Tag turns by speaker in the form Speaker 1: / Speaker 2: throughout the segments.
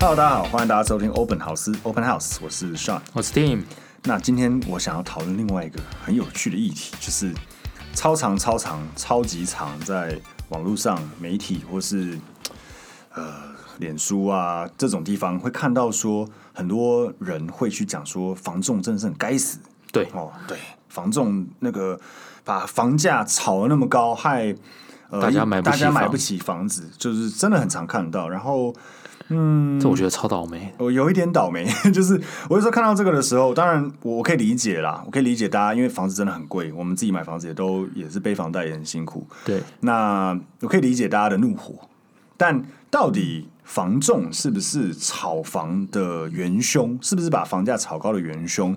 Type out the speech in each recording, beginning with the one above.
Speaker 1: Hello，大家好，欢迎大家收听 Open House Open House，我是 Sean。
Speaker 2: 我是 Tim，
Speaker 1: 那今天我想要讨论另外一个很有趣的议题，就是超长、超长、超级长，在网络上、媒体或是呃脸书啊这种地方，会看到说很多人会去讲说房仲真的是很该死，
Speaker 2: 对，
Speaker 1: 哦，对，房仲那个把房价炒得那么高，害呃
Speaker 2: 大家买不起
Speaker 1: 大家买
Speaker 2: 房
Speaker 1: 不起房子，就是真的很常看到。然后嗯
Speaker 2: 这我觉得超倒霉。
Speaker 1: 我有一点倒霉， 就是我有时候看到这个的时候，当然我我可以理解啦，我可以理解大家，因为房子真的很贵，我们自己买房子也都也是背房贷也很辛苦。
Speaker 2: 对，
Speaker 1: 那我可以理解大家的怒火，但到底房仲是不是炒房的元凶？是不是把房价炒高的元凶？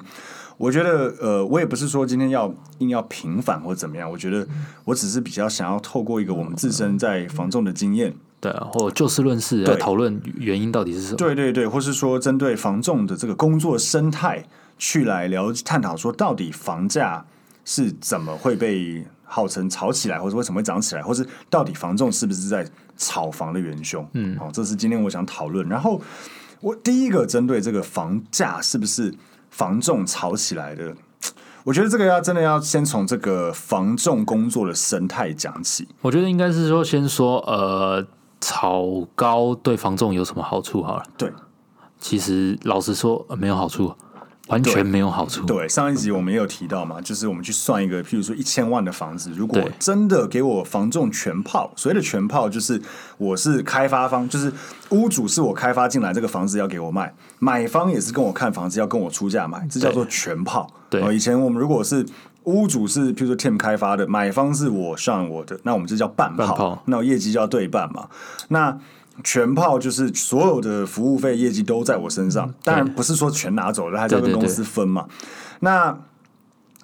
Speaker 1: 我觉得，呃，我也不是说今天要硬要平反或怎么样，我觉得我只是比较想要透过一个我们自身在房仲的经验，
Speaker 2: 对啊，或者就事论事
Speaker 1: 对
Speaker 2: 来讨论原因到底是什么。
Speaker 1: 对对对，或是说针对房仲的这个工作生态去来了解探讨，说到底房价是怎么会被号称炒起来，或者为什么会涨起来，或是到底房仲是不是在炒房的元凶？嗯，好、这是今天我想讨论。然后我第一个针对这个房价是不是房仲炒起来的，我觉得这个要真的要先从这个房仲工作的生态讲起。
Speaker 2: 我觉得应该是说，先说呃，炒高对房仲有什么好处好了。
Speaker 1: 对，
Speaker 2: 其实老实说，呃没有好处，完全没有好处。
Speaker 1: 对，上一集我们也有提到嘛，就是我们去算一个，譬如说一千万的房子，如果
Speaker 2: 对
Speaker 1: 真的给我房仲全泡，所谓的全泡就是我是开发方，就是屋主是我开发进来这个房子要给我卖，买方也是跟我看房子要跟我出价买，这叫做全泡。
Speaker 2: 对
Speaker 1: 哦以前我们如果是。屋主是，譬如说 Tim 开发的，买方是我上我的，那我们这叫半
Speaker 2: 半
Speaker 1: 泡
Speaker 2: 泡，
Speaker 1: 那业绩就要对半嘛。那全泡就是所有的服务费业绩都在我身上，当然不是说全拿走了，还是要跟
Speaker 2: 嗯对对
Speaker 1: 公
Speaker 2: 对
Speaker 1: 司分嘛。那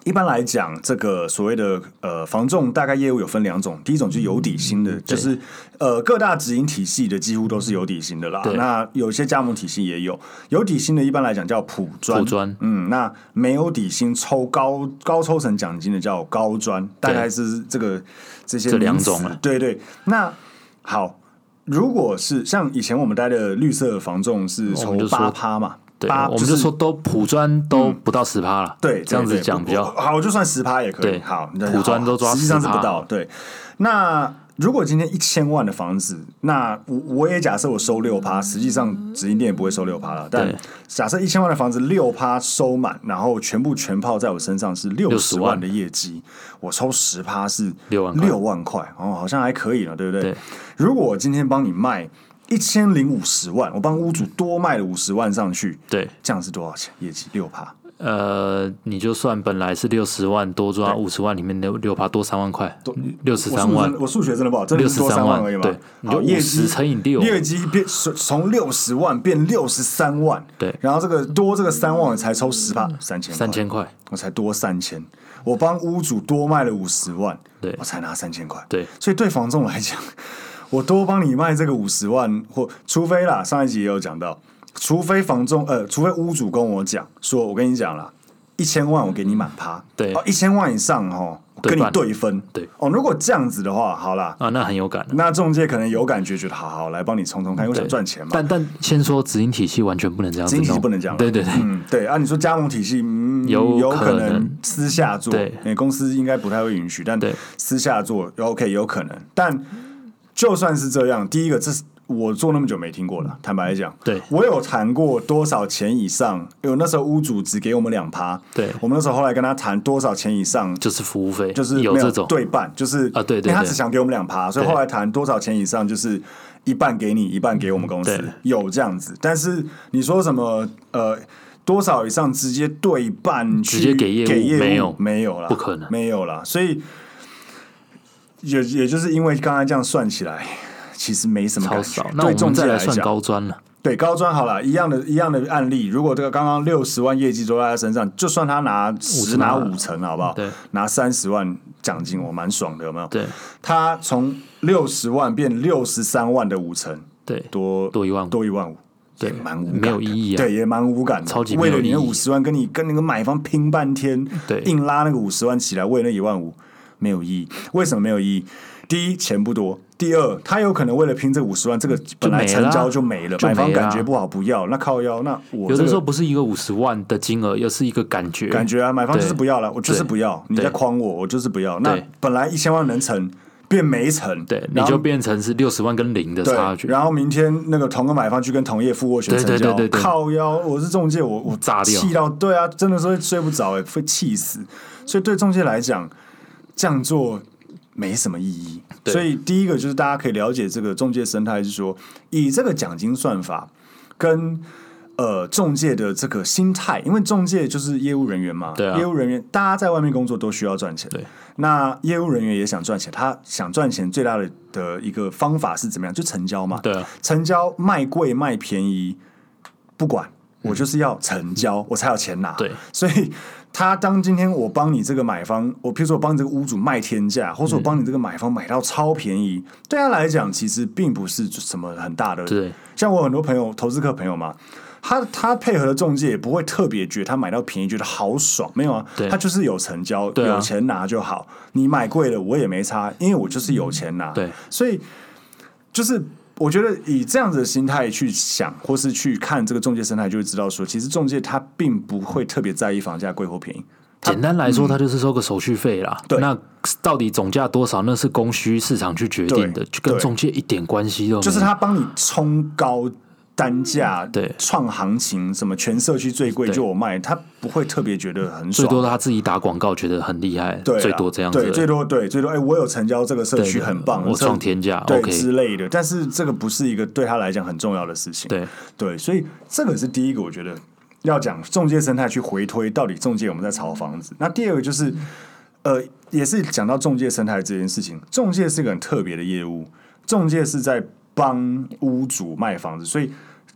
Speaker 1: 一般来讲，这个所谓的呃房仲大概业务有分两种，第一种就是有底薪
Speaker 2: 嗯
Speaker 1: 的，就是呃各大直营体系的几乎都是有底薪的啦。
Speaker 2: 对
Speaker 1: 那有些加盟体系也有，有底薪的一般来讲叫普专，
Speaker 2: 普专
Speaker 1: 嗯，那没有底薪抽高高抽成奖金的叫高专，大概是这个这些
Speaker 2: 这两
Speaker 1: 名词
Speaker 2: 种啊
Speaker 1: 对对，那好。如果是像以前我们待的绿色房仲是
Speaker 2: 哦我
Speaker 1: 抽
Speaker 2: 们就说
Speaker 1: 八趴嘛，
Speaker 2: 对，
Speaker 1: 八
Speaker 2: 我们就
Speaker 1: 就是嗯
Speaker 2: 说都普专都不到十趴了。
Speaker 1: 对，
Speaker 2: 这样
Speaker 1: 对
Speaker 2: 子
Speaker 1: 对
Speaker 2: 讲比较
Speaker 1: 我我好，我就算十趴也可以。
Speaker 2: 对
Speaker 1: 好，
Speaker 2: 普专都抓
Speaker 1: 好实际上是
Speaker 2: 10%
Speaker 1: 不到。对，那如果今天一千万的房子，那我我也假设我收六趴，实际上直营店也不会收六趴了。但
Speaker 2: 对
Speaker 1: 假设一千万的房子六趴收满，然后全部全泡在我身上是六十
Speaker 2: 60
Speaker 1: 万
Speaker 2: 万
Speaker 1: 的业绩，我抽十趴是
Speaker 2: 6万块
Speaker 1: 六万块哦，好像还可以了，对不对？
Speaker 2: 对
Speaker 1: 如果我今天帮你卖一千零五十万，我帮屋主多卖了五十万上去，
Speaker 2: 对，
Speaker 1: 这样是多少钱？业绩六趴。
Speaker 2: 呃，你就算本来是六十万，多抓五十万，里面六六趴多三万块，六十三万。
Speaker 1: 我数学真的我数学真的不好，真的是多三
Speaker 2: 63万
Speaker 1: 而已嘛。
Speaker 2: 对
Speaker 1: 好，
Speaker 2: 你就
Speaker 1: 业绩
Speaker 2: 50乘以六
Speaker 1: 业绩变从六十万变六十三万，
Speaker 2: 对
Speaker 1: 然后这个多这个三万才抽十八三千，
Speaker 2: 三，千块，
Speaker 1: 我才多三千，我帮屋主多卖了五十万，
Speaker 2: 对
Speaker 1: 我才拿三千块，
Speaker 2: 对
Speaker 1: 所以对房仲来讲，我多帮你卖这个五十万，或除非啦，上一集也有讲到，除非房仲呃，除非屋主跟我讲说，我跟你讲啦，一千万我给你满趴，
Speaker 2: 嗯对
Speaker 1: 哦，一千万以上哦，我跟你
Speaker 2: 对半
Speaker 1: 对分，
Speaker 2: 对
Speaker 1: 哦，如果这样子的话，好啦，
Speaker 2: 啊，那很有感啊。
Speaker 1: 那中介可能有感觉，觉得好好来帮你冲冲看，因为我想赚钱嘛。
Speaker 2: 但但先说直营体系完全不能这样子
Speaker 1: 经
Speaker 2: 弄，
Speaker 1: 济不能讲，
Speaker 2: 对对对，
Speaker 1: 嗯，对啊，你说加盟体系，嗯，
Speaker 2: 有
Speaker 1: 有
Speaker 2: 可
Speaker 1: 能
Speaker 2: 能
Speaker 1: 私下做，
Speaker 2: 对
Speaker 1: 因为公司应该不太会允许，但
Speaker 2: 对
Speaker 1: 私下做，OK，有可能。但就算是这样，第一个，这是我做那么久没听过的，坦白讲，
Speaker 2: 对
Speaker 1: 我有谈过多少钱以上，有那时候屋主只给我们两趴，
Speaker 2: 对
Speaker 1: 我们那时候后来跟他谈多少钱以上，
Speaker 2: 就是服务费，
Speaker 1: 就是
Speaker 2: 有
Speaker 1: 没
Speaker 2: 这种
Speaker 1: 对半，就是
Speaker 2: 啊对对
Speaker 1: 因为他
Speaker 2: 对
Speaker 1: 只想给我们两趴，所以
Speaker 2: 对
Speaker 1: 后来谈多少钱以上，就是一半给你，一半给我们公司
Speaker 2: 对，
Speaker 1: 有这样子。但是你说什么呃多少以上直接对半去
Speaker 2: 直接给业务
Speaker 1: 给业务
Speaker 2: 没有
Speaker 1: 没有啦，
Speaker 2: 不可能
Speaker 1: 没有啦，所以也也就是因为刚才这样算起来。其实没什么
Speaker 2: 超
Speaker 1: 感觉
Speaker 2: 少。，那
Speaker 1: 对
Speaker 2: 我们
Speaker 1: 中介
Speaker 2: 再来
Speaker 1: 讲
Speaker 2: 算，高专了，
Speaker 1: 对高专好了，一样的一样的案例。如果这个刚刚六十万业绩都在他身上，就算他拿十
Speaker 2: 成
Speaker 1: 拿
Speaker 2: 啊
Speaker 1: 五成，好不好？
Speaker 2: 对，
Speaker 1: 拿三十万奖金，我蛮爽的，有没有？，
Speaker 2: 对
Speaker 1: 他从六十万变六十三万的五成，
Speaker 2: 对，
Speaker 1: 多
Speaker 2: 多一万五，
Speaker 1: 多一万五，
Speaker 2: 对，
Speaker 1: 蛮无感的
Speaker 2: 没有意义啊，
Speaker 1: 对，也蛮无感的。
Speaker 2: 超级没
Speaker 1: 为
Speaker 2: 有
Speaker 1: 了你那
Speaker 2: 意义
Speaker 1: 五十万，跟你跟那个买方拼半天，
Speaker 2: 对
Speaker 1: 硬拉那个五十万起来，为了那一万五，没有意义。为什么没有意义？第一钱不多，第二他有可能为了拼这五十万，这个本来成交就没了，
Speaker 2: 就
Speaker 1: 买
Speaker 2: 没了
Speaker 1: 方感觉不好不要，那靠腰那我
Speaker 2: 有
Speaker 1: 这
Speaker 2: 的
Speaker 1: 个
Speaker 2: 时候不是一个五十万的金额，而是一个感觉。
Speaker 1: 感觉啊，买方就是
Speaker 2: 对
Speaker 1: 不要了，我就是
Speaker 2: 对
Speaker 1: 不要，你
Speaker 2: 对
Speaker 1: 在诓我，我就是不要。那
Speaker 2: 对
Speaker 1: 本来一千万能成，变没成，
Speaker 2: 对，你
Speaker 1: 然后
Speaker 2: 就变成是六十万跟零的差距
Speaker 1: 对，。然后明天那个同个买方去跟同业付斡旋
Speaker 2: 对
Speaker 1: 成
Speaker 2: 对
Speaker 1: 交，
Speaker 2: 对对对
Speaker 1: 靠腰，我是中介，我我
Speaker 2: 炸掉
Speaker 1: 气到对啊，真的是会睡不着、欸，会气死。所以对中介来讲，这样做没什么意义。
Speaker 2: 对
Speaker 1: 所以第一个就是大家可以了解这个中介生态，是说以这个奖金算法跟。呃，中介的这个心态，因为中介就是业务人员嘛，
Speaker 2: 对啊
Speaker 1: 业务人员大家在外面工作都需要赚钱，
Speaker 2: 对，
Speaker 1: 那业务人员也想赚钱，他想赚钱最大的的一个方法是怎么样？就成交嘛，
Speaker 2: 对啊，
Speaker 1: 成交卖贵卖便宜不管，我就是要成交，我才有钱拿。
Speaker 2: 嗯对，
Speaker 1: 所以他当今天我帮你这个买方，我譬如说我帮你这个屋主卖天价，或者我
Speaker 2: 嗯
Speaker 1: 帮你这个买方买到超便宜，对他来讲其实并不是什么很大的。
Speaker 2: 对，
Speaker 1: 像我很多朋友，投资客朋友嘛。他他配合的中介也不会特别觉得他买到便宜觉得好爽，没有啊
Speaker 2: 对，
Speaker 1: 他就是有成交，
Speaker 2: 对啊
Speaker 1: 有钱拿就好。你买贵了我也没差，因为我就是有钱拿。
Speaker 2: 嗯对，
Speaker 1: 所以就是我觉得以这样子的心态去想，或是去看这个中介生态，就会知道说，其实中介他并不会特别在意房价贵或便宜。
Speaker 2: 简单来说，它就是收个手续费啦。
Speaker 1: 对
Speaker 2: 那到底总价多少，那是供需市场去决定的
Speaker 1: 对，
Speaker 2: 就跟
Speaker 1: 对
Speaker 2: 中介一点关系都没有。
Speaker 1: 就是他帮你冲高单价，
Speaker 2: 嗯对
Speaker 1: 创行情，什么全社区最贵
Speaker 2: 对
Speaker 1: 就我卖，他不会特别觉得很
Speaker 2: 最
Speaker 1: 爽。
Speaker 2: 多他自己打广告，觉得很厉害，
Speaker 1: 对啦，
Speaker 2: 最多这样子而已。
Speaker 1: 对，最多对最多，哎、我有成交这个社
Speaker 2: 对
Speaker 1: 区
Speaker 2: 对
Speaker 1: 很棒，
Speaker 2: 我
Speaker 1: 这
Speaker 2: 创天价
Speaker 1: 对
Speaker 2: OK
Speaker 1: 之类的，但是这个不是一个对他来讲很重要的事情。
Speaker 2: 对
Speaker 1: 对，所以这个是第一个，我觉得要讲中介生态去回推，到底中介我们在炒房子。那第二个就是，呃，也是讲到中介生态这件事情，中介是个很特别的业务，中介是在帮屋主卖房子，所以。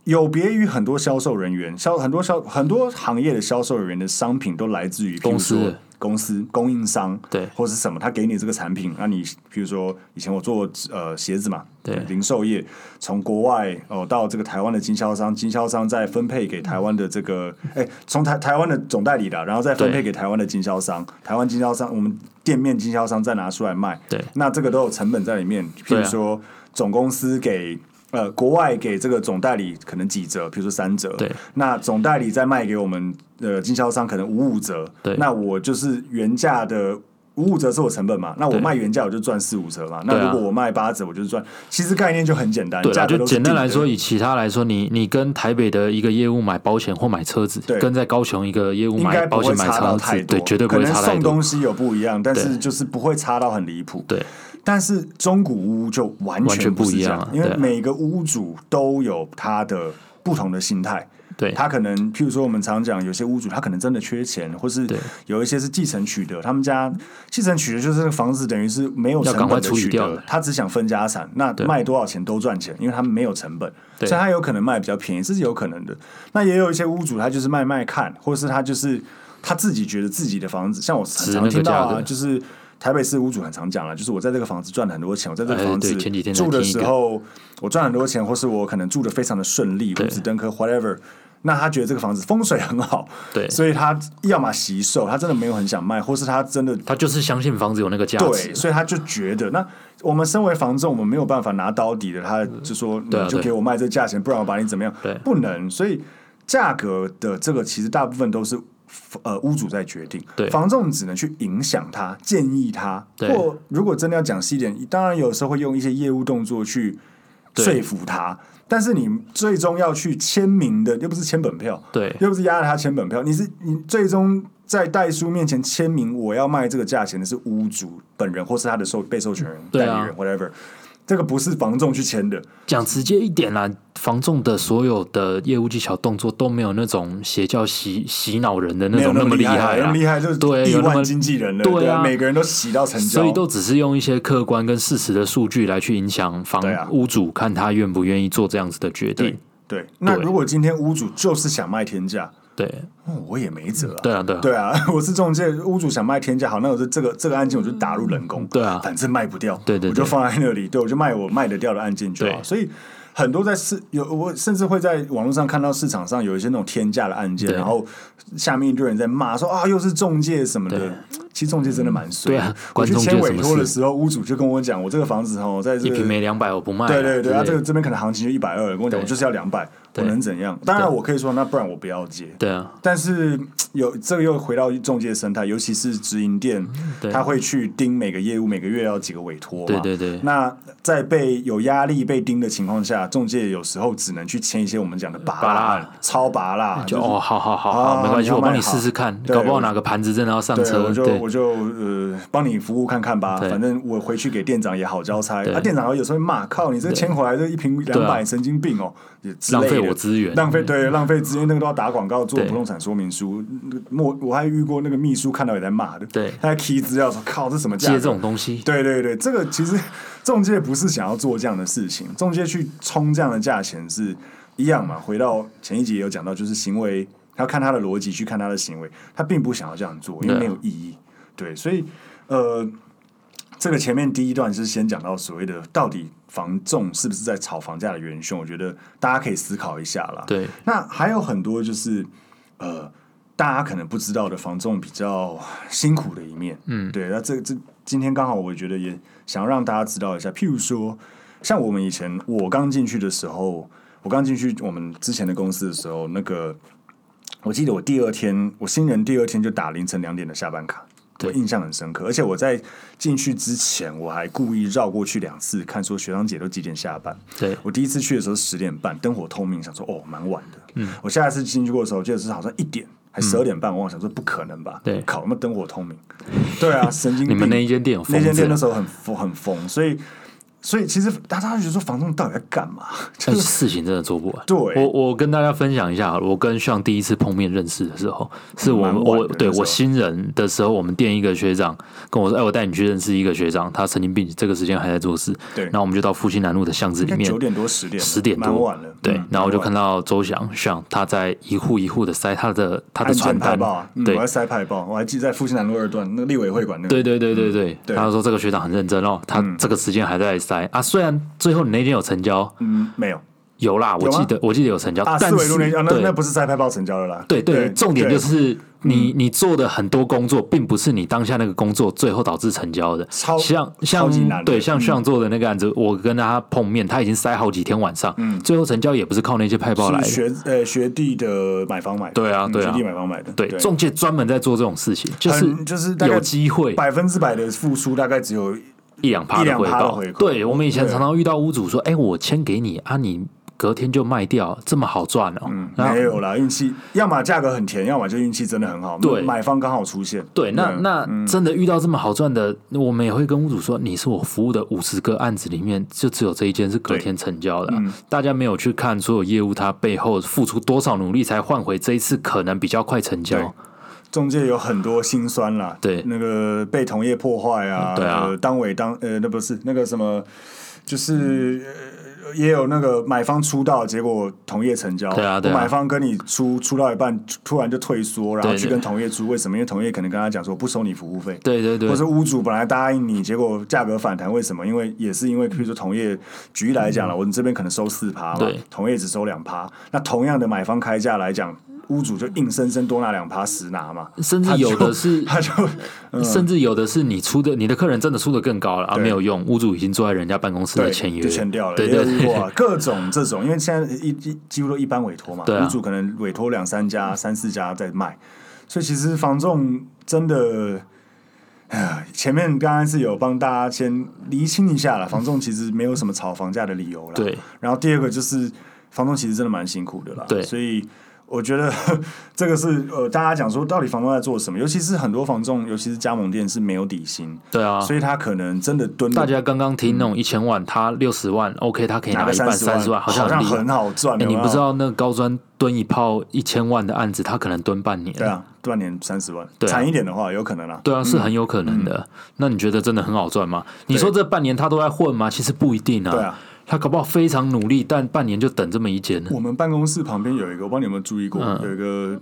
Speaker 1: 有别于很多销售人员，销很多销很多行业的销售人员的商品都来自于譬如
Speaker 2: 公司
Speaker 1: 说公司供应商，
Speaker 2: 对
Speaker 1: 或是什么，他给你这个产品，那你比如说以前我做呃鞋子嘛，
Speaker 2: 对
Speaker 1: 零售业从国外哦、到这个台湾的经销商，经销商再分配给台湾的这个，
Speaker 2: 嗯
Speaker 1: 哎，从台台湾的总代理的，然后再分
Speaker 2: 对
Speaker 1: 配给台湾的经销商，台湾经销商我们店面经销商再拿出来卖，
Speaker 2: 对
Speaker 1: 那这个都有成本在里面，譬
Speaker 2: 对
Speaker 1: 如
Speaker 2: 啊
Speaker 1: 说总公司给。呃，国外给这个总代理可能几折，比如说三折，
Speaker 2: 对
Speaker 1: 那总代理再卖给我们呃经销商可能五五折，
Speaker 2: 对
Speaker 1: 那我就是原价的五五折是我成本嘛，那我
Speaker 2: 对
Speaker 1: 卖原价我就赚四五折嘛，
Speaker 2: 对
Speaker 1: 那
Speaker 2: 啊
Speaker 1: 如果我卖八折我就是赚，其实概念就很简单，
Speaker 2: 对啦，啊
Speaker 1: 价格
Speaker 2: 就
Speaker 1: 都是
Speaker 2: 简单
Speaker 1: 定
Speaker 2: 来
Speaker 1: 的
Speaker 2: 说，以其他来说，你你跟台北的一个业务买保险或买车子
Speaker 1: 对，
Speaker 2: 跟在高雄一个业务
Speaker 1: 应该
Speaker 2: 买
Speaker 1: 不
Speaker 2: 保
Speaker 1: 会
Speaker 2: 险买
Speaker 1: 差到
Speaker 2: 车
Speaker 1: 太
Speaker 2: 子，
Speaker 1: 多，
Speaker 2: 对，绝对不会
Speaker 1: 可能
Speaker 2: 差太
Speaker 1: 送
Speaker 2: 多
Speaker 1: 东。西有不一样，但是
Speaker 2: 对
Speaker 1: 就是不会差到很离谱。
Speaker 2: 对
Speaker 1: 但是中古屋就完
Speaker 2: 完全
Speaker 1: 不是
Speaker 2: 不一
Speaker 1: 这
Speaker 2: 样啊
Speaker 1: 因为
Speaker 2: 对啊
Speaker 1: 每个屋主都有他的不同的心态。
Speaker 2: 对
Speaker 1: 他可能，譬如说，我们常讲有些屋主他可能真的缺钱，或是
Speaker 2: 对
Speaker 1: 有一些是继承取得，他们家继承取得就是这个房子等于是没有
Speaker 2: 要
Speaker 1: 成
Speaker 2: 赶快
Speaker 1: 本的
Speaker 2: 处理
Speaker 1: 取
Speaker 2: 掉
Speaker 1: 得
Speaker 2: 的，
Speaker 1: 他只想分家产，那卖多少钱都赚钱，因为他们没有成本，所
Speaker 2: 对
Speaker 1: 以他有可能卖比较便宜，这是有可能的。那也有一些屋主他就是卖卖看，或是他就是他自己觉得自己的房子，像我
Speaker 2: 值
Speaker 1: 常
Speaker 2: 那个
Speaker 1: 常听到
Speaker 2: 价
Speaker 1: 啊，
Speaker 2: 格
Speaker 1: 就是。台北市屋主很常讲了，啊就是我在这个房子赚了很多钱，我在这个
Speaker 2: 哎
Speaker 1: 房子
Speaker 2: 对前几天才
Speaker 1: 住的
Speaker 2: 听一
Speaker 1: 时
Speaker 2: 个
Speaker 1: 候。后我赚很多钱，或是我可能住的非常的顺利，
Speaker 2: 对
Speaker 1: 五子登科，whatever。那他觉得这个房子风水很好，
Speaker 2: 对
Speaker 1: 所以他要么惜售，他真的没有很想卖，或是他真的
Speaker 2: 他就是相信房子有那个价值
Speaker 1: 对，。所以他就觉得，那我们身为房仲，我们没有办法拿刀抵着他，就说
Speaker 2: 对啊
Speaker 1: 你就
Speaker 2: 对
Speaker 1: 给我卖这价钱，不然我把你怎么样
Speaker 2: 对？
Speaker 1: 不能，所以价格的这个其实大部分都是呃屋主在决定，
Speaker 2: 对
Speaker 1: 房仲只能去影响他，建议他，
Speaker 2: 对
Speaker 1: 或如果真的要讲细一点，当然有时候会用一些业务动作去
Speaker 2: 对
Speaker 1: 说服他。但是你最终要去签名的，又不是签本票，
Speaker 2: 对
Speaker 1: 又不是压着他签本票，你是你最终在代书面前签名，我要卖这个价钱的是屋主本人或是他的受被授权人、
Speaker 2: 对
Speaker 1: 代理
Speaker 2: 啊
Speaker 1: 人，whatever，这个不是房仲去签的，
Speaker 2: 讲直接一点啦，房仲的所有的业务技巧动作都没有那种邪教洗洗脑人的那
Speaker 1: 没有
Speaker 2: 种
Speaker 1: 那
Speaker 2: 么
Speaker 1: 厉
Speaker 2: 害
Speaker 1: 那
Speaker 2: 啦
Speaker 1: 么，厉害就是
Speaker 2: 对
Speaker 1: 亿
Speaker 2: 有那
Speaker 1: 万
Speaker 2: 么
Speaker 1: 经纪人了，
Speaker 2: 对啊
Speaker 1: 对啊，每个人都洗到成交，
Speaker 2: 所以都只是用一些客观跟事实的数据来去影响房
Speaker 1: 对啊
Speaker 2: 屋主，看他愿不愿意做这样子的决定
Speaker 1: 对。对。那如果今天屋主就是想卖天价，
Speaker 2: 对
Speaker 1: 哦我也没辙啊。
Speaker 2: 对啊，对啊，
Speaker 1: 对啊， 我是中介，屋主想卖天价，好，那我就这个这个案件我就打入冷宫，
Speaker 2: 对啊
Speaker 1: 反正卖不掉，
Speaker 2: 对对对
Speaker 1: 我就放在那里，对我就卖我卖得掉的案件就好。
Speaker 2: 对
Speaker 1: 所以很多在市有我甚至会在网络上看到市场上有一些那种天价的案件，
Speaker 2: 对
Speaker 1: 然后下面一堆人在骂说啊，又是中介什么的
Speaker 2: 对，
Speaker 1: 其实中介真的蛮衰。
Speaker 2: 对啊
Speaker 1: 我去
Speaker 2: 关中介
Speaker 1: 签委
Speaker 2: 什么
Speaker 1: 托的
Speaker 2: 事
Speaker 1: 时候，屋主就跟我讲，我这个房子哦，在这
Speaker 2: 一
Speaker 1: 个
Speaker 2: 平没两百我不卖啊，
Speaker 1: 对对
Speaker 2: 对
Speaker 1: 对，
Speaker 2: 不
Speaker 1: 啊，这个这边可能行情就一百二，跟我讲我就是要两百，我
Speaker 2: 对
Speaker 1: 能怎样？当然我可以说，那不然我不要接。
Speaker 2: 对啊，
Speaker 1: 但是有这个又回到中介生态，尤其是直营店，
Speaker 2: 嗯对
Speaker 1: 他会去盯每个业务每个月要几个委托嘛。
Speaker 2: 对对对
Speaker 1: 那在被有压力被盯的情况下，中介有时候只能去签一些我们讲的拔蜡
Speaker 2: 拔蜡
Speaker 1: 案、超拔蜡，
Speaker 2: 就是哦，好好好
Speaker 1: 啊
Speaker 2: 好，没关系，
Speaker 1: 你要
Speaker 2: 我帮
Speaker 1: 卖
Speaker 2: 你
Speaker 1: 好
Speaker 2: 试试看，
Speaker 1: 对
Speaker 2: 搞不好
Speaker 1: 我
Speaker 2: 哪个盘子真的要上
Speaker 1: 对，
Speaker 2: 车
Speaker 1: 我，就
Speaker 2: 对
Speaker 1: 我就呃帮你服务看看吧，
Speaker 2: 对
Speaker 1: 反正我回去给店长也好交差。
Speaker 2: 对
Speaker 1: 啊，店长有时候会骂，靠你这签回来这一瓶两
Speaker 2: 对
Speaker 1: 百，
Speaker 2: 啊
Speaker 1: 神经病哦，也之
Speaker 2: 浪
Speaker 1: 类
Speaker 2: 费
Speaker 1: 的
Speaker 2: 我资源，嗯
Speaker 1: 浪费对浪费资源，那个都要打广告做
Speaker 2: 对
Speaker 1: 不动产说明书。那个我我还遇过那个秘书看到也在骂的，
Speaker 2: 对
Speaker 1: 他在 key 资料说靠这什么
Speaker 2: 接
Speaker 1: 价
Speaker 2: 这
Speaker 1: 格？
Speaker 2: 种东西，
Speaker 1: 对对对，这个其实中介不是想要做这样的事情，中介去冲这样的价钱是一样嘛？回到前一集也有讲到，就是行为，他要看他的逻辑去看他的行为，他并不想要这样做，因为
Speaker 2: 对啊
Speaker 1: 没有意义。对，所以呃，这个前面第一段是先讲到所谓的到底房仲是不是在炒房价的元凶，我觉得大家可以思考一下啦。
Speaker 2: 对
Speaker 1: 那还有很多就是呃，大家可能不知道的房仲比较辛苦的一面。嗯，对。那这这今天刚好，我觉得也想要让大家知道一下。譬如说，像我们以前我刚进去的时候，我刚进去我们之前的公司的时候，那个我记得我第二天，我新人第二天就打凌晨两点的下班卡。我
Speaker 2: 对
Speaker 1: 印象很深刻，而且我在进去之前，我还故意绕过去两次，看说学长姐都几点下班。
Speaker 2: 对
Speaker 1: 我第一次去的时候十点半，灯火通明，想说哦蛮晚的。嗯，我下一次进去过的时候，我记得是好像一点还十二点半，我忘了想说不可能吧？
Speaker 2: 嗯对
Speaker 1: 靠，那灯火通明， 对啊，神经
Speaker 2: 你
Speaker 1: 病。
Speaker 2: 们那一间店有
Speaker 1: 那
Speaker 2: 疯
Speaker 1: 间
Speaker 2: 子
Speaker 1: 店那
Speaker 2: 啊，
Speaker 1: 时候很疯很疯，所以所以其实大家就觉得说房东到底在干嘛？就
Speaker 2: 但
Speaker 1: 是
Speaker 2: 是事情真的做不完。
Speaker 1: 对
Speaker 2: 我我跟大家分享一下好了，我跟上第一次碰面认识的时候，是我
Speaker 1: 蛮
Speaker 2: 们
Speaker 1: 晚的
Speaker 2: 我对
Speaker 1: 那时候
Speaker 2: 我新人的时候，我们店一个学长跟我说，哎，我带你去认识一个学长，他神经病，这个时间还在做事。
Speaker 1: 对
Speaker 2: 然后我们就到复兴南路的巷子里
Speaker 1: 应该
Speaker 2: 面
Speaker 1: 九，点多十点了
Speaker 2: 十点多
Speaker 1: 蛮晚了。
Speaker 2: 对
Speaker 1: 嗯，
Speaker 2: 然后我就看
Speaker 1: 蛮晚
Speaker 2: 到周翔像他在一户一户的塞他的他的
Speaker 1: 按键
Speaker 2: 传
Speaker 1: 派
Speaker 2: 单
Speaker 1: 报啊，，嗯
Speaker 2: 对
Speaker 1: 我还塞派报，我还记得在复兴南路二段那个立委会馆那个。
Speaker 2: 对对对对对，
Speaker 1: 嗯对
Speaker 2: 他就说这个学长很认真哦，他这个时间还在塞啊。虽然最后你那天有成交，
Speaker 1: 嗯，没有
Speaker 2: 有啦，我
Speaker 1: 有吗
Speaker 2: 记得我记得有成交
Speaker 1: 啊，，四
Speaker 2: 但
Speaker 1: 维路那
Speaker 2: 是
Speaker 1: 啊那那
Speaker 2: 对
Speaker 1: 不是塞派报成交了啦。
Speaker 2: 对对，重点
Speaker 1: 对嗯
Speaker 2: 就是你你做的很多工作，并不是你当下那个工作最后导致成交的。
Speaker 1: 超
Speaker 2: 像
Speaker 1: 超级难的嗯
Speaker 2: 像对像像做的那个案子，我跟他碰面，他已经塞好几天晚上，
Speaker 1: 嗯
Speaker 2: 最后成交也不是靠那些派报来
Speaker 1: 是
Speaker 2: 的。
Speaker 1: 学呃学弟的买房买的，
Speaker 2: 对啊
Speaker 1: 嗯
Speaker 2: 对啊
Speaker 1: 学弟买房买的，
Speaker 2: 对，中介专门在做这种事情，就是
Speaker 1: 很就是大概
Speaker 2: 有机会
Speaker 1: 百分之百的付出大概只有
Speaker 2: 一两趴
Speaker 1: 一两
Speaker 2: 回
Speaker 1: 趴的
Speaker 2: 报。
Speaker 1: 回馈
Speaker 2: 对我们以前
Speaker 1: 对
Speaker 2: 常常遇到屋主说：“哎、我签给你啊，你隔天就卖掉，这么好赚哦。然后
Speaker 1: 嗯没有啦，运气，要么价格很甜，要么就运气真的很好，
Speaker 2: 对
Speaker 1: 买方刚好出现，
Speaker 2: 对，那
Speaker 1: 嗯
Speaker 2: 那真的遇到这么好赚的，我们也会跟屋主说，你是我服务的五十个案子里面，就只有这一件是隔天成交的
Speaker 1: 嗯
Speaker 2: 啊、大家没有去看所有业务它背后付出多少努力才换回这一次可能比较快成
Speaker 1: 对
Speaker 2: 交。
Speaker 1: 中介有很多辛酸啦，
Speaker 2: 对
Speaker 1: 那个被同业破坏啊，
Speaker 2: 对啊
Speaker 1: 呃当委当呃，那不是那个什么，就是、呃也有那个买方出道，结果同业成交，
Speaker 2: 对啊对啊
Speaker 1: 我买方跟你出出到一半，突然就退缩，然后
Speaker 2: 对
Speaker 1: 去
Speaker 2: 对
Speaker 1: 跟同业出，为什么？因为同业可能跟他讲说不收你服务费，
Speaker 2: 对对对
Speaker 1: 或是屋主本来答应你，结果价格反弹，为什么？因为也是因为，比如说同业，举例来讲了，我们这边可能收四趴嘛
Speaker 2: 嗯对，
Speaker 1: 同业只收两趴，那同样的买方开价来讲，屋主就硬生生多拿两趴实拿嘛，
Speaker 2: 甚至有的是
Speaker 1: 他就
Speaker 2: 甚至有的是你出的，你的客人真的出的更高了啊，
Speaker 1: 嗯对
Speaker 2: 没有用，屋主已经坐在人家办公室
Speaker 1: 对
Speaker 2: 在签约，
Speaker 1: 就签掉了，
Speaker 2: 对
Speaker 1: 也有
Speaker 2: 对
Speaker 1: 遇
Speaker 2: 对
Speaker 1: 过啊各种这种，因为现在一一几乎都一般委托嘛，
Speaker 2: 对啊
Speaker 1: 屋主可能委托两三家、三四家在卖，所以其实房仲真的。哎呀，前面刚刚是有帮大家先厘清一下了，房仲其实没有什么炒房价的理由了。
Speaker 2: 嗯对，
Speaker 1: 然后第二个就是房东其实真的蛮辛苦的啦，
Speaker 2: 对
Speaker 1: 所以我觉得 这个是呃，大家讲说到底房东在做什么，尤其是很多房仲，尤其是加盟店是没有底薪，
Speaker 2: 对啊，
Speaker 1: 所以他可能真的蹲
Speaker 2: 大
Speaker 1: 了
Speaker 2: 家刚刚听那种一千万，他六十万，OK，他可以
Speaker 1: 拿
Speaker 2: 哎拿
Speaker 1: 个
Speaker 2: 一半
Speaker 1: 十
Speaker 2: 三十万，
Speaker 1: 好
Speaker 2: 像
Speaker 1: 像
Speaker 2: 厉害
Speaker 1: 很。好赚，
Speaker 2: 哎，
Speaker 1: 有啊
Speaker 2: 你
Speaker 1: 没有
Speaker 2: 不知道那个高专蹲一炮一千万的案子，他可能蹲半年。
Speaker 1: 对啊，半年三十万，
Speaker 2: 对啊
Speaker 1: 惨一点的话有可能啦，
Speaker 2: 对啊，是很有可能
Speaker 1: 嗯
Speaker 2: 的。那你觉得真的很好赚吗？你说这半年他都在混吗？其实不一定
Speaker 1: 对啊
Speaker 2: 啊。他搞不好非常努力，但半年就等这么一间呢。
Speaker 1: 我们办公室旁边有一个，我帮你有没有
Speaker 2: 嗯
Speaker 1: 注意过，有一个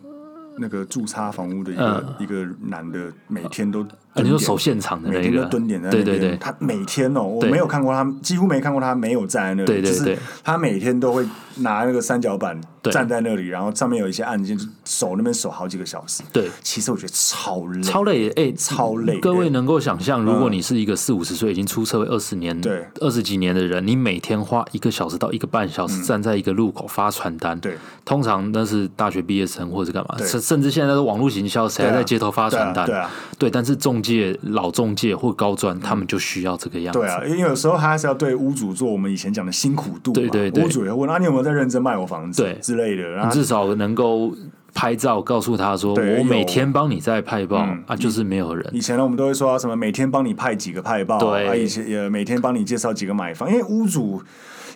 Speaker 1: 那个驻差房屋的一个、一个男的，每天都
Speaker 2: 啊你说
Speaker 1: 蹲点
Speaker 2: 守现场的
Speaker 1: 每
Speaker 2: 那
Speaker 1: 天都
Speaker 2: 个，
Speaker 1: 蹲点在那
Speaker 2: 对
Speaker 1: 边，
Speaker 2: 对对，
Speaker 1: 他每天哦，我
Speaker 2: 对
Speaker 1: 没有看过他，几乎没看过他没有站在那里，
Speaker 2: 对对
Speaker 1: 就是
Speaker 2: 对
Speaker 1: 他每天都会拿那个三角板
Speaker 2: 对
Speaker 1: 站在那里，然后上面有一些按键，就手那边手好几个小时。
Speaker 2: 对，
Speaker 1: 其实我觉得超累，
Speaker 2: 超累，哎、
Speaker 1: 嗯超累的嗯
Speaker 2: 各位能够想象，如果你是一个四五十岁已经出社会二十年、
Speaker 1: 对
Speaker 2: 二十几年的人，你每天花一个小时到一个半小时站在一个路口发传单，
Speaker 1: 嗯对，
Speaker 2: 通常那是大学毕业生或者是干嘛，
Speaker 1: 对
Speaker 2: 甚甚至现在的网络行销，谁还
Speaker 1: 对啊
Speaker 2: 在街头发传单？
Speaker 1: 对啊嗯
Speaker 2: 对但是中介、老中介或高专，他们就需要这个样子。
Speaker 1: 对啊，因为有时候他还是要对屋主做我们以前讲的辛苦度嘛，
Speaker 2: 对对对
Speaker 1: 屋主也会问啊，你有没有在认真卖我房子
Speaker 2: 对
Speaker 1: 之类的，然
Speaker 2: 你
Speaker 1: 后
Speaker 2: 至少能够拍照告诉他说，
Speaker 1: 对
Speaker 2: 我每
Speaker 1: 有
Speaker 2: 天帮你在派报、
Speaker 1: 嗯
Speaker 2: 啊，就是没有人。
Speaker 1: 以前呢，我们都会说啊什么每天帮你派几个派报，
Speaker 2: 对
Speaker 1: 啊，以前也每天帮你介绍几个买方，因为屋主。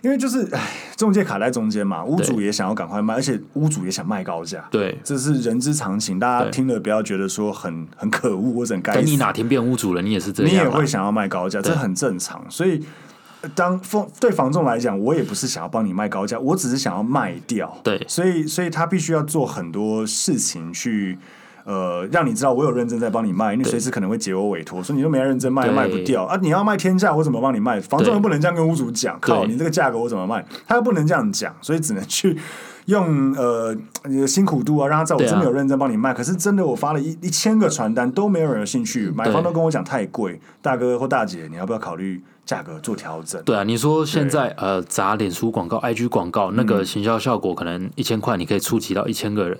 Speaker 1: 因为就是，唉，中介卡在中间嘛，屋主也想要赶快卖，而且屋主也想卖高价，
Speaker 2: 对，
Speaker 1: 这是人之常情。大家
Speaker 2: 对
Speaker 1: 听了不要觉得说很很可恶或者很该死，
Speaker 2: 等你哪天变屋主了，你也是这
Speaker 1: 你
Speaker 2: 样、啊，
Speaker 1: 也会想要卖高价，这很正常。所以，呃当房对房仲来讲，我也不是想要帮你卖高价，我只是想要卖掉。
Speaker 2: 对
Speaker 1: 所以所以他必须要做很多事情去。呃，让你知道我有认真在帮你卖，你随时可能会解我委托，说你又没认真卖，
Speaker 2: 对
Speaker 1: 卖不掉啊！你要卖天价，我怎么帮你卖？房仲
Speaker 2: 对
Speaker 1: 又不能这样跟屋主讲，靠，
Speaker 2: 对
Speaker 1: 你这个价格我怎么卖？他又不能这样讲，所以只能去用呃你的辛苦度啊，让他知道我
Speaker 2: 对啊
Speaker 1: 真的有认真帮你卖。可是真的，我发了一一千个传单都没有人有兴趣，买方
Speaker 2: 对
Speaker 1: 都跟我讲太贵，大哥或大姐，你要不要考虑价格做调整？
Speaker 2: 对啊，你说现在呃砸脸书广告、IG 广告，那
Speaker 1: 嗯
Speaker 2: 个行销效果可能一千块，你可以触及到一千个人。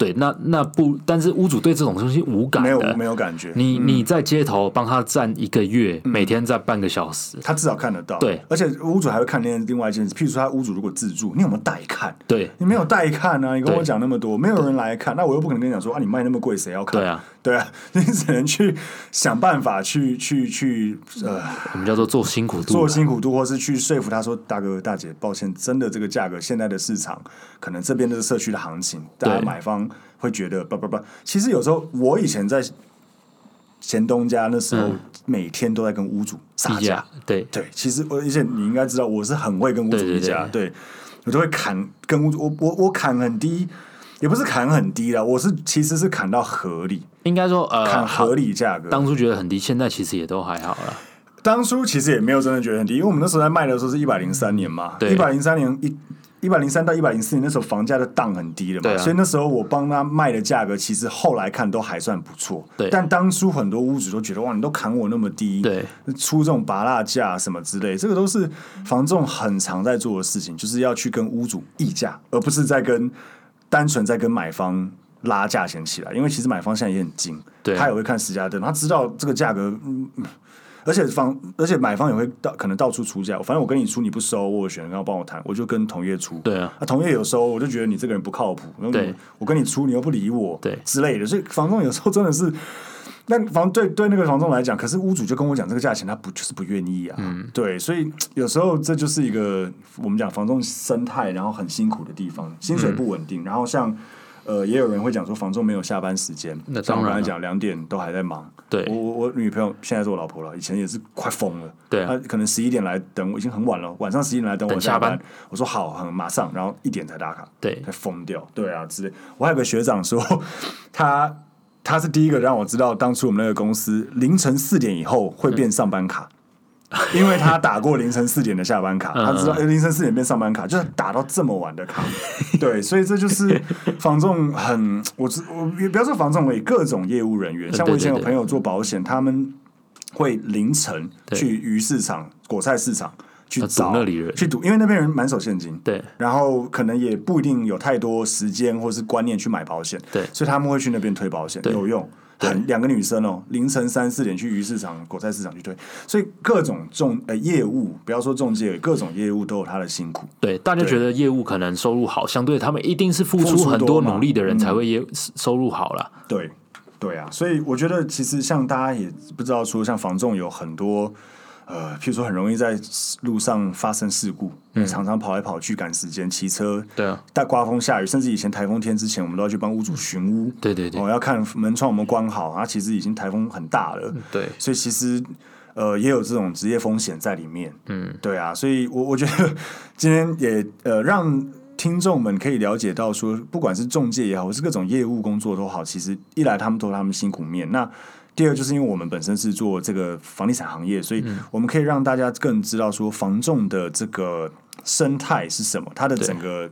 Speaker 2: 对，那那不，但是屋主对这种东西无感
Speaker 1: 没有嗯
Speaker 2: 的。
Speaker 1: 没有感觉，
Speaker 2: 你你在街头帮他站一个月，
Speaker 1: 嗯
Speaker 2: 每天站半个小时，
Speaker 1: 他至少看得到。
Speaker 2: 对，
Speaker 1: 而且屋主还会看另另外一件事，譬如说他屋主如果自住，你有没有带看？
Speaker 2: 对
Speaker 1: 你没有带看啊！你跟我
Speaker 2: 对
Speaker 1: 讲那么多，没有人来看，那我又不可能跟你讲说啊，你卖那么贵，谁要看？
Speaker 2: 对啊，
Speaker 1: 对啊， 你只能去想办法去去去呃
Speaker 2: 我们叫做做辛苦度啊
Speaker 1: 做
Speaker 2: 啦。
Speaker 1: 辛苦度，或是去说服他说：“大哥大姐，抱歉，真的这个价格，现在的市场可能这边的社区的行情，大家
Speaker 2: 对
Speaker 1: 买方会觉得不不不。其实有时候我以前在前东家那时候，
Speaker 2: 嗯
Speaker 1: 每天都在跟屋主
Speaker 2: 低
Speaker 1: 杀价
Speaker 2: 价。对
Speaker 1: 对，其实我而且你应该知道，我是很会跟屋主
Speaker 2: 对对
Speaker 1: 议价，对我就会砍跟屋主，我我我砍很低，也不是砍很低啦，我是其实是砍到合理，
Speaker 2: 应该说
Speaker 1: 砍
Speaker 2: 呃，好
Speaker 1: 合理价格。
Speaker 2: 当初觉得很低，现在其实也都还好了。
Speaker 1: 当初其实也没有真的觉得很低，因为我们那时候在卖的时候是一百零三年嘛，
Speaker 2: 嗯对
Speaker 1: 一百零三年一。一百零三到一百零四年，那时候房价的档很低了嘛，
Speaker 2: 对啊
Speaker 1: 所以那时候我帮他卖的价格，其实后来看都还算不错。
Speaker 2: 对
Speaker 1: 但当初很多屋主都觉得哇，你都砍我那么低，
Speaker 2: 对，
Speaker 1: 出这种拔蜡价什么之类，这个都是房仲很常在做的事情，就是要去跟屋主议价，而不是在跟单纯在跟买方拉价钱起来。因为其实买方现在也很精，
Speaker 2: 对啊
Speaker 1: 他也会看实价登，他知道这个价格，嗯，嗯而且房而且买方也会到可能到处出价，反正我跟你出你不收，我有选，然后帮我谈，我就跟同业出，
Speaker 2: 对啊，
Speaker 1: 啊，同业有时候我就觉得你这个人不靠谱，然后
Speaker 2: 对
Speaker 1: 我跟你出你又不理我，
Speaker 2: 对
Speaker 1: 之类的，所以房东有时候真的是。那房对对那个房东来讲，可是屋主就跟我讲这个价钱，他不就是不愿意啊？
Speaker 2: 嗯
Speaker 1: 对，所以有时候这就是一个我们讲房东生态，然后很辛苦的地方，薪水不稳定。然后像呃，也有人会讲说房东没有下班时间，
Speaker 2: 那
Speaker 1: 像我
Speaker 2: 当然
Speaker 1: 刚
Speaker 2: 啊
Speaker 1: 才
Speaker 2: 了
Speaker 1: 讲两点都还在忙。
Speaker 2: 对
Speaker 1: 我我我女朋友现在是我老婆了，以前也是快疯了。
Speaker 2: 对啊
Speaker 1: 她可能十一点来等我，已经很晚了，晚上十一点来等我
Speaker 2: 等下
Speaker 1: 班。
Speaker 2: 班
Speaker 1: 我说好，很马上，然后一点才打卡，
Speaker 2: 对
Speaker 1: 才疯掉，对啊之类。我还有个学长说， 他他是第一个让我知道，当初我们那个公司凌晨四点以后会变上班卡。 因为他打过凌晨四点的下班卡，
Speaker 2: 嗯
Speaker 1: 他知道、诶呃凌晨四点变上班卡，就是打到这么晚的 卡，对，所以这就是房仲很，我知我也不要说房仲，我也各种业务人员，像我以前有
Speaker 2: 对对对
Speaker 1: 朋友做保险，他们会凌晨去鱼市场、果菜市场去
Speaker 2: 要赌
Speaker 1: 找
Speaker 2: 那里人
Speaker 1: 去赌，因为那边人满手现金，
Speaker 2: 对
Speaker 1: 然后可能也不一定有太多时间或是观念去买保险，
Speaker 2: 对
Speaker 1: 所以他们会去那边推保险，
Speaker 2: 对
Speaker 1: 有用。很两个女生哦，凌晨三四点去鱼市场、果菜市场去推，所以各种中呃业务，不要说中介，各种业务都有他的辛苦。
Speaker 2: 对，大家
Speaker 1: 对
Speaker 2: 觉得业务可能收入好，相对他们一定是付
Speaker 1: 付出
Speaker 2: 出很
Speaker 1: 多
Speaker 2: 多
Speaker 1: 嘛嗯
Speaker 2: 努力的人才会业收入好啦。
Speaker 1: 对，对啊，所以我觉得其实像大家也不知道说，像房仲有很多呃，譬如说很容易在路上发生事故，常常跑来跑去赶时间，骑车，
Speaker 2: 嗯对啊，嗯
Speaker 1: 大刮风下雨，甚至以前台风天之前，我们都要去帮屋主巡屋，
Speaker 2: 对对对
Speaker 1: 哦，要看门窗有没有关好，啊，其实已经台风很大了，
Speaker 2: 对
Speaker 1: 所以其实呃也有这种 职业风险在里面。嗯，对啊，所以我我觉得今天也呃让听众们可以了解到说，不管是中介也好，或是各种业务工作都好，其实一来他们都有他们辛苦面，那第二就是因为我们本身是做这个房地产行业，所以
Speaker 2: 嗯
Speaker 1: 我们可以让大家更知道说房仲的这个生态是什么，它的整个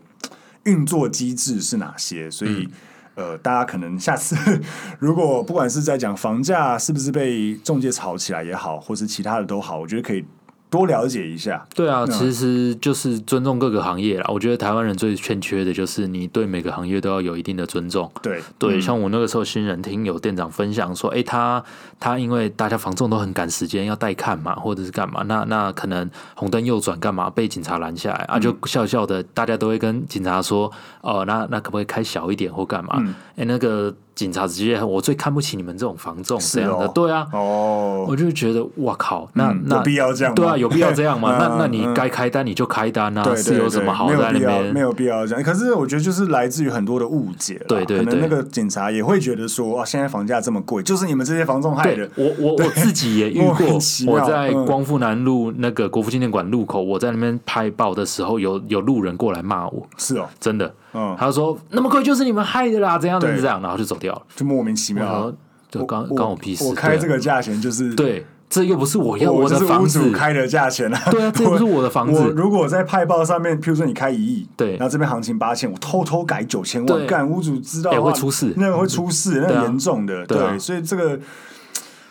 Speaker 1: 运作机制是哪些，所
Speaker 2: 嗯
Speaker 1: 以。呃，大家可能下次 如果不管是在讲房价是不是被中介炒起来也好，或是其他的都好，我觉得可以多了解一下。
Speaker 2: 对啊，其实就是尊重各个行业啦。我觉得台湾人最欠缺的就是你对每个行业都要有一定的尊重。
Speaker 1: 对嗯
Speaker 2: 对，像我那个时候新人听有店长分享说，哎、他他因为大家房仲都很赶时间，要带看嘛，或者是干嘛，那那可能红灯右转干嘛被警察拦下来
Speaker 1: 嗯
Speaker 2: 啊，就笑笑的，大家都会跟警察说，哦、那那可不可以开小一点或干嘛？
Speaker 1: 嗯
Speaker 2: 哎、那个警察直接我最看不起你们这种房仲这样的，
Speaker 1: 哦
Speaker 2: 对啊。
Speaker 1: 哦，
Speaker 2: 我就觉得哇靠，那、
Speaker 1: 嗯
Speaker 2: 那
Speaker 1: 有必要这样吗
Speaker 2: 对啊，有必要这样
Speaker 1: 嗯
Speaker 2: 吗？那那
Speaker 1: 嗯
Speaker 2: 你啊该开单你就开单啊，
Speaker 1: 对对
Speaker 2: 是有什么好
Speaker 1: 对
Speaker 2: 在那
Speaker 1: 没有必要，没
Speaker 2: 边？
Speaker 1: 有必要这样。可是我觉得就是来自于很多的误解啦，
Speaker 2: 对对
Speaker 1: 可能那
Speaker 2: 对
Speaker 1: 个警察也会觉得说，哇，现在房价这么贵，就是你们这些房仲害的
Speaker 2: 对。我我我自己也 遇
Speaker 1: 莫名
Speaker 2: 过
Speaker 1: 其，妙
Speaker 2: 我在
Speaker 1: 嗯
Speaker 2: 光复南路那个国父纪念馆路口，我在那边拍报的时候，有有路人过来骂我，
Speaker 1: 是哦，
Speaker 2: 真的，
Speaker 1: 嗯，
Speaker 2: 他就说那么贵就是你们害的啦，怎样怎
Speaker 1: 对
Speaker 2: 样，怎样然后就走掉了。
Speaker 1: 就莫名其
Speaker 2: 然
Speaker 1: 妙
Speaker 2: 后
Speaker 1: 啊。
Speaker 2: 就刚
Speaker 1: 我
Speaker 2: 刚我屁事，
Speaker 1: 我开
Speaker 2: 对啊
Speaker 1: 这个价钱就是，
Speaker 2: 对，这又不是哎我要
Speaker 1: 我
Speaker 2: 的
Speaker 1: 就是
Speaker 2: 房
Speaker 1: 屋主
Speaker 2: 子，
Speaker 1: 开的价钱啊。
Speaker 2: 对啊，这又不是我的房
Speaker 1: 我
Speaker 2: 子，
Speaker 1: 如果在派报上面，譬如说你开一亿，
Speaker 2: 对
Speaker 1: 然后这边行情八千，我偷偷改九千万，
Speaker 2: 对
Speaker 1: 干屋主知道的
Speaker 2: 哎
Speaker 1: 话
Speaker 2: 会出事
Speaker 1: 那个会出事，那
Speaker 2: 对
Speaker 1: 个
Speaker 2: 啊
Speaker 1: 严重的，
Speaker 2: 对啊
Speaker 1: 对，所以这个，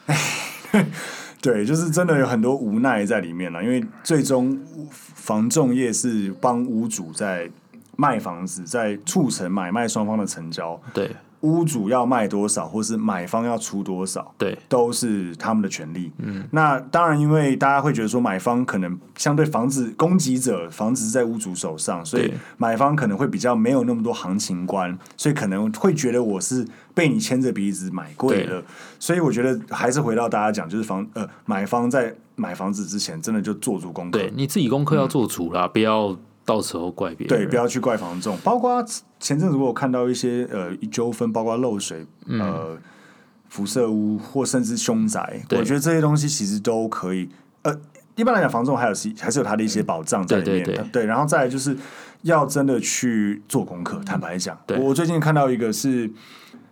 Speaker 1: 哎， 对，就是真的有很多无奈在里面了，因为最终房仲业是帮屋主在卖房子，在促成买卖双方的成交，
Speaker 2: 对
Speaker 1: 屋主要卖多少，或是买方要出多少，
Speaker 2: 对
Speaker 1: 都是他们的权利。嗯，那当然，因为大家会觉得说，买方可能相对房子供给者，房子是在屋主手上，所以
Speaker 2: 对
Speaker 1: 买方可能会比较没有那么多行情观，所以可能会觉得我是被你牵着鼻子买贵了。所以我觉得还是回到大家讲，就是房呃，买方在买房子之前，真的就做足功课，
Speaker 2: 对，你自己功课要做足啦，不要到时候怪别人。
Speaker 1: 嗯对，不要去怪房仲。包括前阵子我有看到一些呃纠纷，包括漏水、
Speaker 2: 嗯
Speaker 1: 呃辐射屋或甚至凶宅，
Speaker 2: 对
Speaker 1: 我觉得这些东西其实都可以。呃，一般来讲，房仲还有是还是有它的一些保障在里面。
Speaker 2: 嗯对对对
Speaker 1: 然后再来就是要真的去做功课。坦白讲，
Speaker 2: 对
Speaker 1: 我最近看到一个是。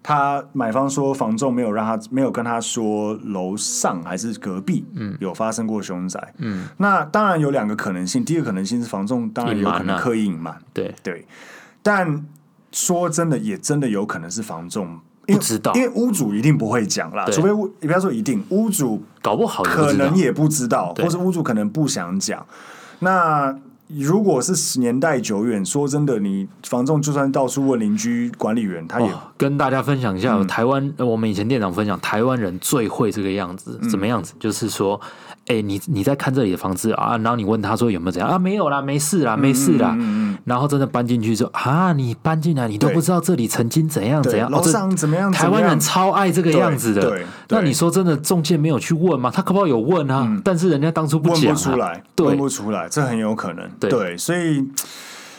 Speaker 1: 他买方说房仲没有让他没有跟他说楼上还是隔壁，嗯，有发生过凶宅，嗯，那当然有两个可能性，第一个可能性是房仲当然有可
Speaker 2: 隐瞒
Speaker 1: 能
Speaker 2: 啊
Speaker 1: 刻意隐瞒，
Speaker 2: 对
Speaker 1: 对，但说真的，也真的有可能是房仲。因为
Speaker 2: 不知道
Speaker 1: 因为屋主一定不会讲啦，
Speaker 2: 对
Speaker 1: 除非屋，你不要说一定，屋主
Speaker 2: 搞不好也不
Speaker 1: 可
Speaker 2: 知道
Speaker 1: 能也不知道，
Speaker 2: 对
Speaker 1: 或者屋主可能不想讲。那如果是年代久远，说真的，你房仲就算到处问邻居管理员，他也
Speaker 2: 哦，跟大家分享一下，
Speaker 1: 嗯
Speaker 2: 台湾、呃我们以前店长分享，台湾人最会这个样子，
Speaker 1: 嗯
Speaker 2: 怎么样子？就是说，哎、你你在看这里的房子啊，然后你问他说有没有怎样啊？没有啦，没事
Speaker 1: 嗯
Speaker 2: 啦，没事啦。然后真的搬进去之后啊，你搬进来，你都
Speaker 1: 对
Speaker 2: 不知道这里曾经怎样怎
Speaker 1: 对
Speaker 2: 样，哦
Speaker 1: 楼
Speaker 2: 这
Speaker 1: 上怎么样
Speaker 2: 台
Speaker 1: 怎么
Speaker 2: 湾
Speaker 1: 样
Speaker 2: 人超爱这个
Speaker 1: 对
Speaker 2: 样子的。
Speaker 1: 对
Speaker 2: 那
Speaker 1: 对嗯
Speaker 2: 你说真的，中介没有去问吗？他可不好有问啊，但是人家当初不
Speaker 1: 问
Speaker 2: 讲、
Speaker 1: 不
Speaker 2: 啊，
Speaker 1: 出来，
Speaker 2: 对
Speaker 1: 问不出来，这很有可能。
Speaker 2: 对
Speaker 1: 所以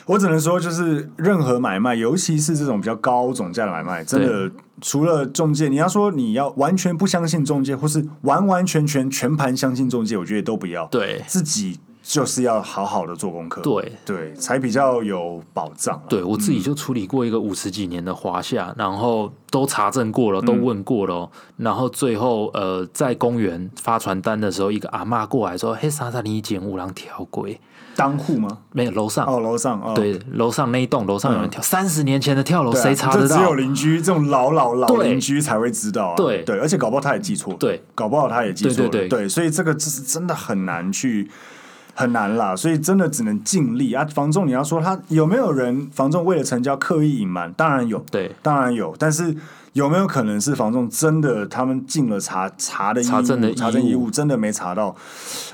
Speaker 1: 我只能说，就是任何买卖，尤其是这种比较高总价的买卖，真的除了中介，你要说你要完全不相信中介，或是完完全全全盘相信中介，我觉得都不要。，
Speaker 2: 对
Speaker 1: 自己就是要好好的做功课，
Speaker 2: 对。
Speaker 1: 对，才比较有保障啊啦。
Speaker 2: 对我自己就处理过一个五十几年的华夏，然后都查证过了，都
Speaker 1: 嗯
Speaker 2: 问过了哦，然后最后呃，在公园发传单的时候，一个阿嬷过来说：“嘿，莎莎，你捡五郎条规
Speaker 1: 当户吗？
Speaker 2: 没有？楼上、
Speaker 1: 哦，楼上哦，
Speaker 2: 对，楼上那一栋楼上有人跳，三十、年前的跳楼，
Speaker 1: 对啊。
Speaker 2: 谁查得
Speaker 1: 这只有
Speaker 2: 到？
Speaker 1: 邻居这种老老老
Speaker 2: 对
Speaker 1: 邻居才会知道啊。
Speaker 2: 对
Speaker 1: 对，而且搞不好他也记错。
Speaker 2: 对
Speaker 1: 搞不好他也记错了，
Speaker 2: 对对对
Speaker 1: 所以这个就是真的很难去很难啦，所以真的只能尽力啊。房仲你要说他有没有人，房仲为了成交刻意隐瞒，当然有，
Speaker 2: 对
Speaker 1: 当然有，但是有没有可能是房仲真的他们尽了查查的义务
Speaker 2: 查证的义务
Speaker 1: 查证义务真的没查到？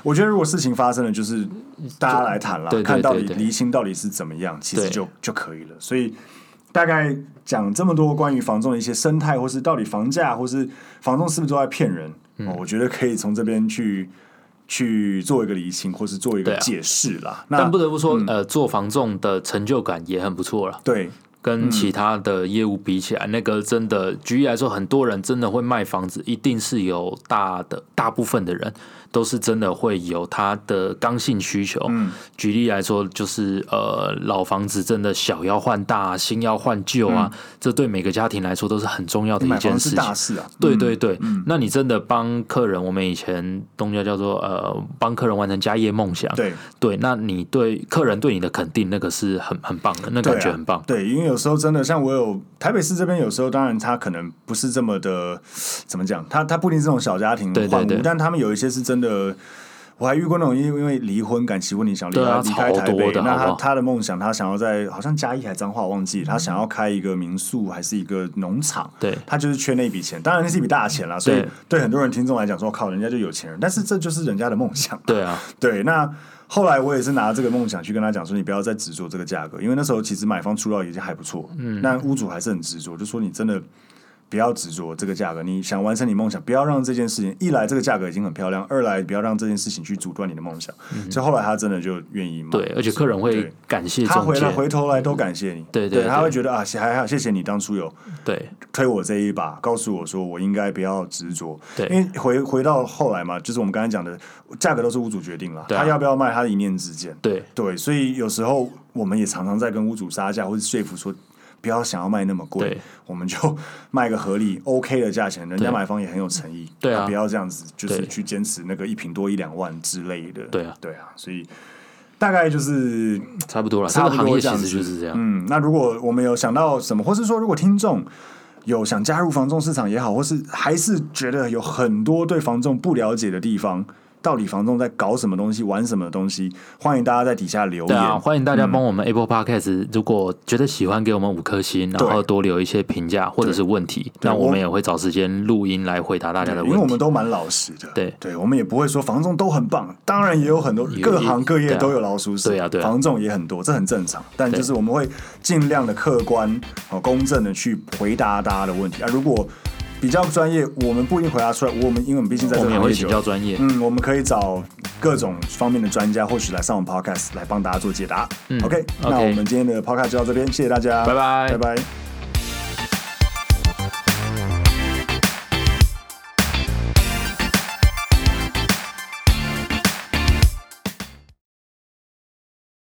Speaker 1: 我觉得如果事情发生了，就是大家来谈啦，
Speaker 2: 对对
Speaker 1: 看到底
Speaker 2: 对对
Speaker 1: 厘清到底是怎么样，其实
Speaker 2: 对
Speaker 1: 就就可以了。所以大概讲这么多关于房仲的一些生态，或是到底房价，或是房仲是不是都在骗人、
Speaker 2: 嗯
Speaker 1: 哦，我觉得可以从这边去去做一个厘清，或是做一个
Speaker 2: 对啊
Speaker 1: 解释啦。那
Speaker 2: 但不得不说，呃，做房仲的成就感也很不错了。
Speaker 1: 对
Speaker 2: 跟其他的业务比起来，那个真的举例来说，很多人真的会卖房子，一定是有大的大部分的人都是真的会有他的刚性需求。嗯，举例来说，就是呃，老房子真的小要换大，新要换旧啊，这对每个家庭来说都是很重要的
Speaker 1: 嗯
Speaker 2: 一
Speaker 1: 买
Speaker 2: 件
Speaker 1: 房
Speaker 2: 事
Speaker 1: 是
Speaker 2: 情。
Speaker 1: 大事啊，
Speaker 2: 对对对，那你真的帮客人，我们以前东家叫做呃，帮客人完成家业梦想。
Speaker 1: 对，
Speaker 2: 对，那你对客人对你的肯定，那个是很很棒的，那
Speaker 1: 对啊
Speaker 2: 感觉很棒。
Speaker 1: 对，因为有时候真的像我有台北市这边，有时候当然他可能不是这么的，怎么讲？他他不一定是这种小家庭
Speaker 2: 对对
Speaker 1: 换屋
Speaker 2: 对
Speaker 1: 但他们有一些是真的。我还遇过那种因为因为离婚感情问题想离
Speaker 2: 对
Speaker 1: 开
Speaker 2: 啊
Speaker 1: 离开
Speaker 2: 超
Speaker 1: 台
Speaker 2: 多
Speaker 1: 北，
Speaker 2: 的
Speaker 1: 那
Speaker 2: 好不
Speaker 1: 他
Speaker 2: 好
Speaker 1: 他的梦想，他想要在好像嘉义还彰化忘记，他想要开一个民宿还是一个农场，
Speaker 2: 对
Speaker 1: 他就是缺那笔钱，当然那是一笔大钱啦，所以
Speaker 2: 对
Speaker 1: 对很多人听众来讲说靠人家就有钱人，但是这就是人家的梦想，
Speaker 2: 对啊，
Speaker 1: 对，那后来我也是拿这个梦想去跟他讲说，你不要再执着这个价格，因为那时候其实买方出到已经还不错，嗯，那屋主还是很执着，就说你真的不要执着这个价格，你想完成你梦想，不要让这件事情一来这个价格已经很漂亮，二来不要让这件事情去阻断你的梦想。所以后来他真的就愿意买，
Speaker 2: 嗯对，而且客人会
Speaker 1: 啊对
Speaker 2: 感谢
Speaker 1: 他
Speaker 2: 中
Speaker 1: 回
Speaker 2: 介
Speaker 1: 来，回头来都感谢你，
Speaker 2: 对对对
Speaker 1: 他会觉得啊，还好谢谢你当初有
Speaker 2: 对
Speaker 1: 推我这一把，告诉我说我应该不要执着。
Speaker 2: 对
Speaker 1: 因为回回到后来嘛，就是我们刚才讲的，价格都是屋主决定了，
Speaker 2: 对啊
Speaker 1: 他要不要卖，他一念之间。
Speaker 2: 对
Speaker 1: 对，所以有时候我们也常常在跟屋主杀价，或者说服说。不要想要卖那么贵
Speaker 2: 对，
Speaker 1: 我们就卖个合理 OK 的价钱，人家
Speaker 2: 对
Speaker 1: 买方也很有诚意，
Speaker 2: 对啊
Speaker 1: 不要这样子，就是
Speaker 2: 对
Speaker 1: 去坚持那个一平多一两万之类的，
Speaker 2: 对啊
Speaker 1: 对啊，所以大概就是
Speaker 2: 差不多了。这
Speaker 1: 差
Speaker 2: 个
Speaker 1: 不多
Speaker 2: 行业
Speaker 1: 这样
Speaker 2: 其
Speaker 1: 子
Speaker 2: 实就是这样。
Speaker 1: 嗯，那如果我们有想到什么，或是说如果听众有想加入房仲市场也好，或是还是觉得有很多对房仲不了解的地方，到底房仲在搞什么东西、玩什么东西，欢迎大家在底下留
Speaker 2: 对
Speaker 1: 言。嗯
Speaker 2: 啊，欢迎大家帮我们 Apple Podcast，、如果觉得喜欢，给我们五颗星，然后
Speaker 1: 对
Speaker 2: 多留一些评价或者是问题，那
Speaker 1: 我
Speaker 2: 我们也会找时间录音来回答大家的
Speaker 1: 因为我
Speaker 2: 问题
Speaker 1: 们。都蛮老实的，
Speaker 2: 对
Speaker 1: 对，我们也不会说房仲都很棒，当然也有很多
Speaker 2: 也
Speaker 1: 各行各业
Speaker 2: 对啊
Speaker 1: 都有老鼠屎，
Speaker 2: 对啊对啊
Speaker 1: 房仲也很多，这很正常。但
Speaker 2: 对
Speaker 1: 就是我们会尽量的客观、哦公正的去回答大家的问题啊。如果比较专业，我们不一定回答出来，我们因为我们毕竟在
Speaker 2: 我
Speaker 1: 这个
Speaker 2: 们也
Speaker 1: 行
Speaker 2: 会
Speaker 1: 业
Speaker 2: 请
Speaker 1: 久
Speaker 2: 教
Speaker 1: 了，
Speaker 2: 专业。
Speaker 1: 嗯，我们可以找各种方面的专家，或许来上我们 podcast 来帮大家做解答。
Speaker 2: 嗯
Speaker 1: OK，那
Speaker 2: OK
Speaker 1: 我们今天的 podcast 就到这边，谢谢大家，
Speaker 2: 拜拜
Speaker 1: 拜拜。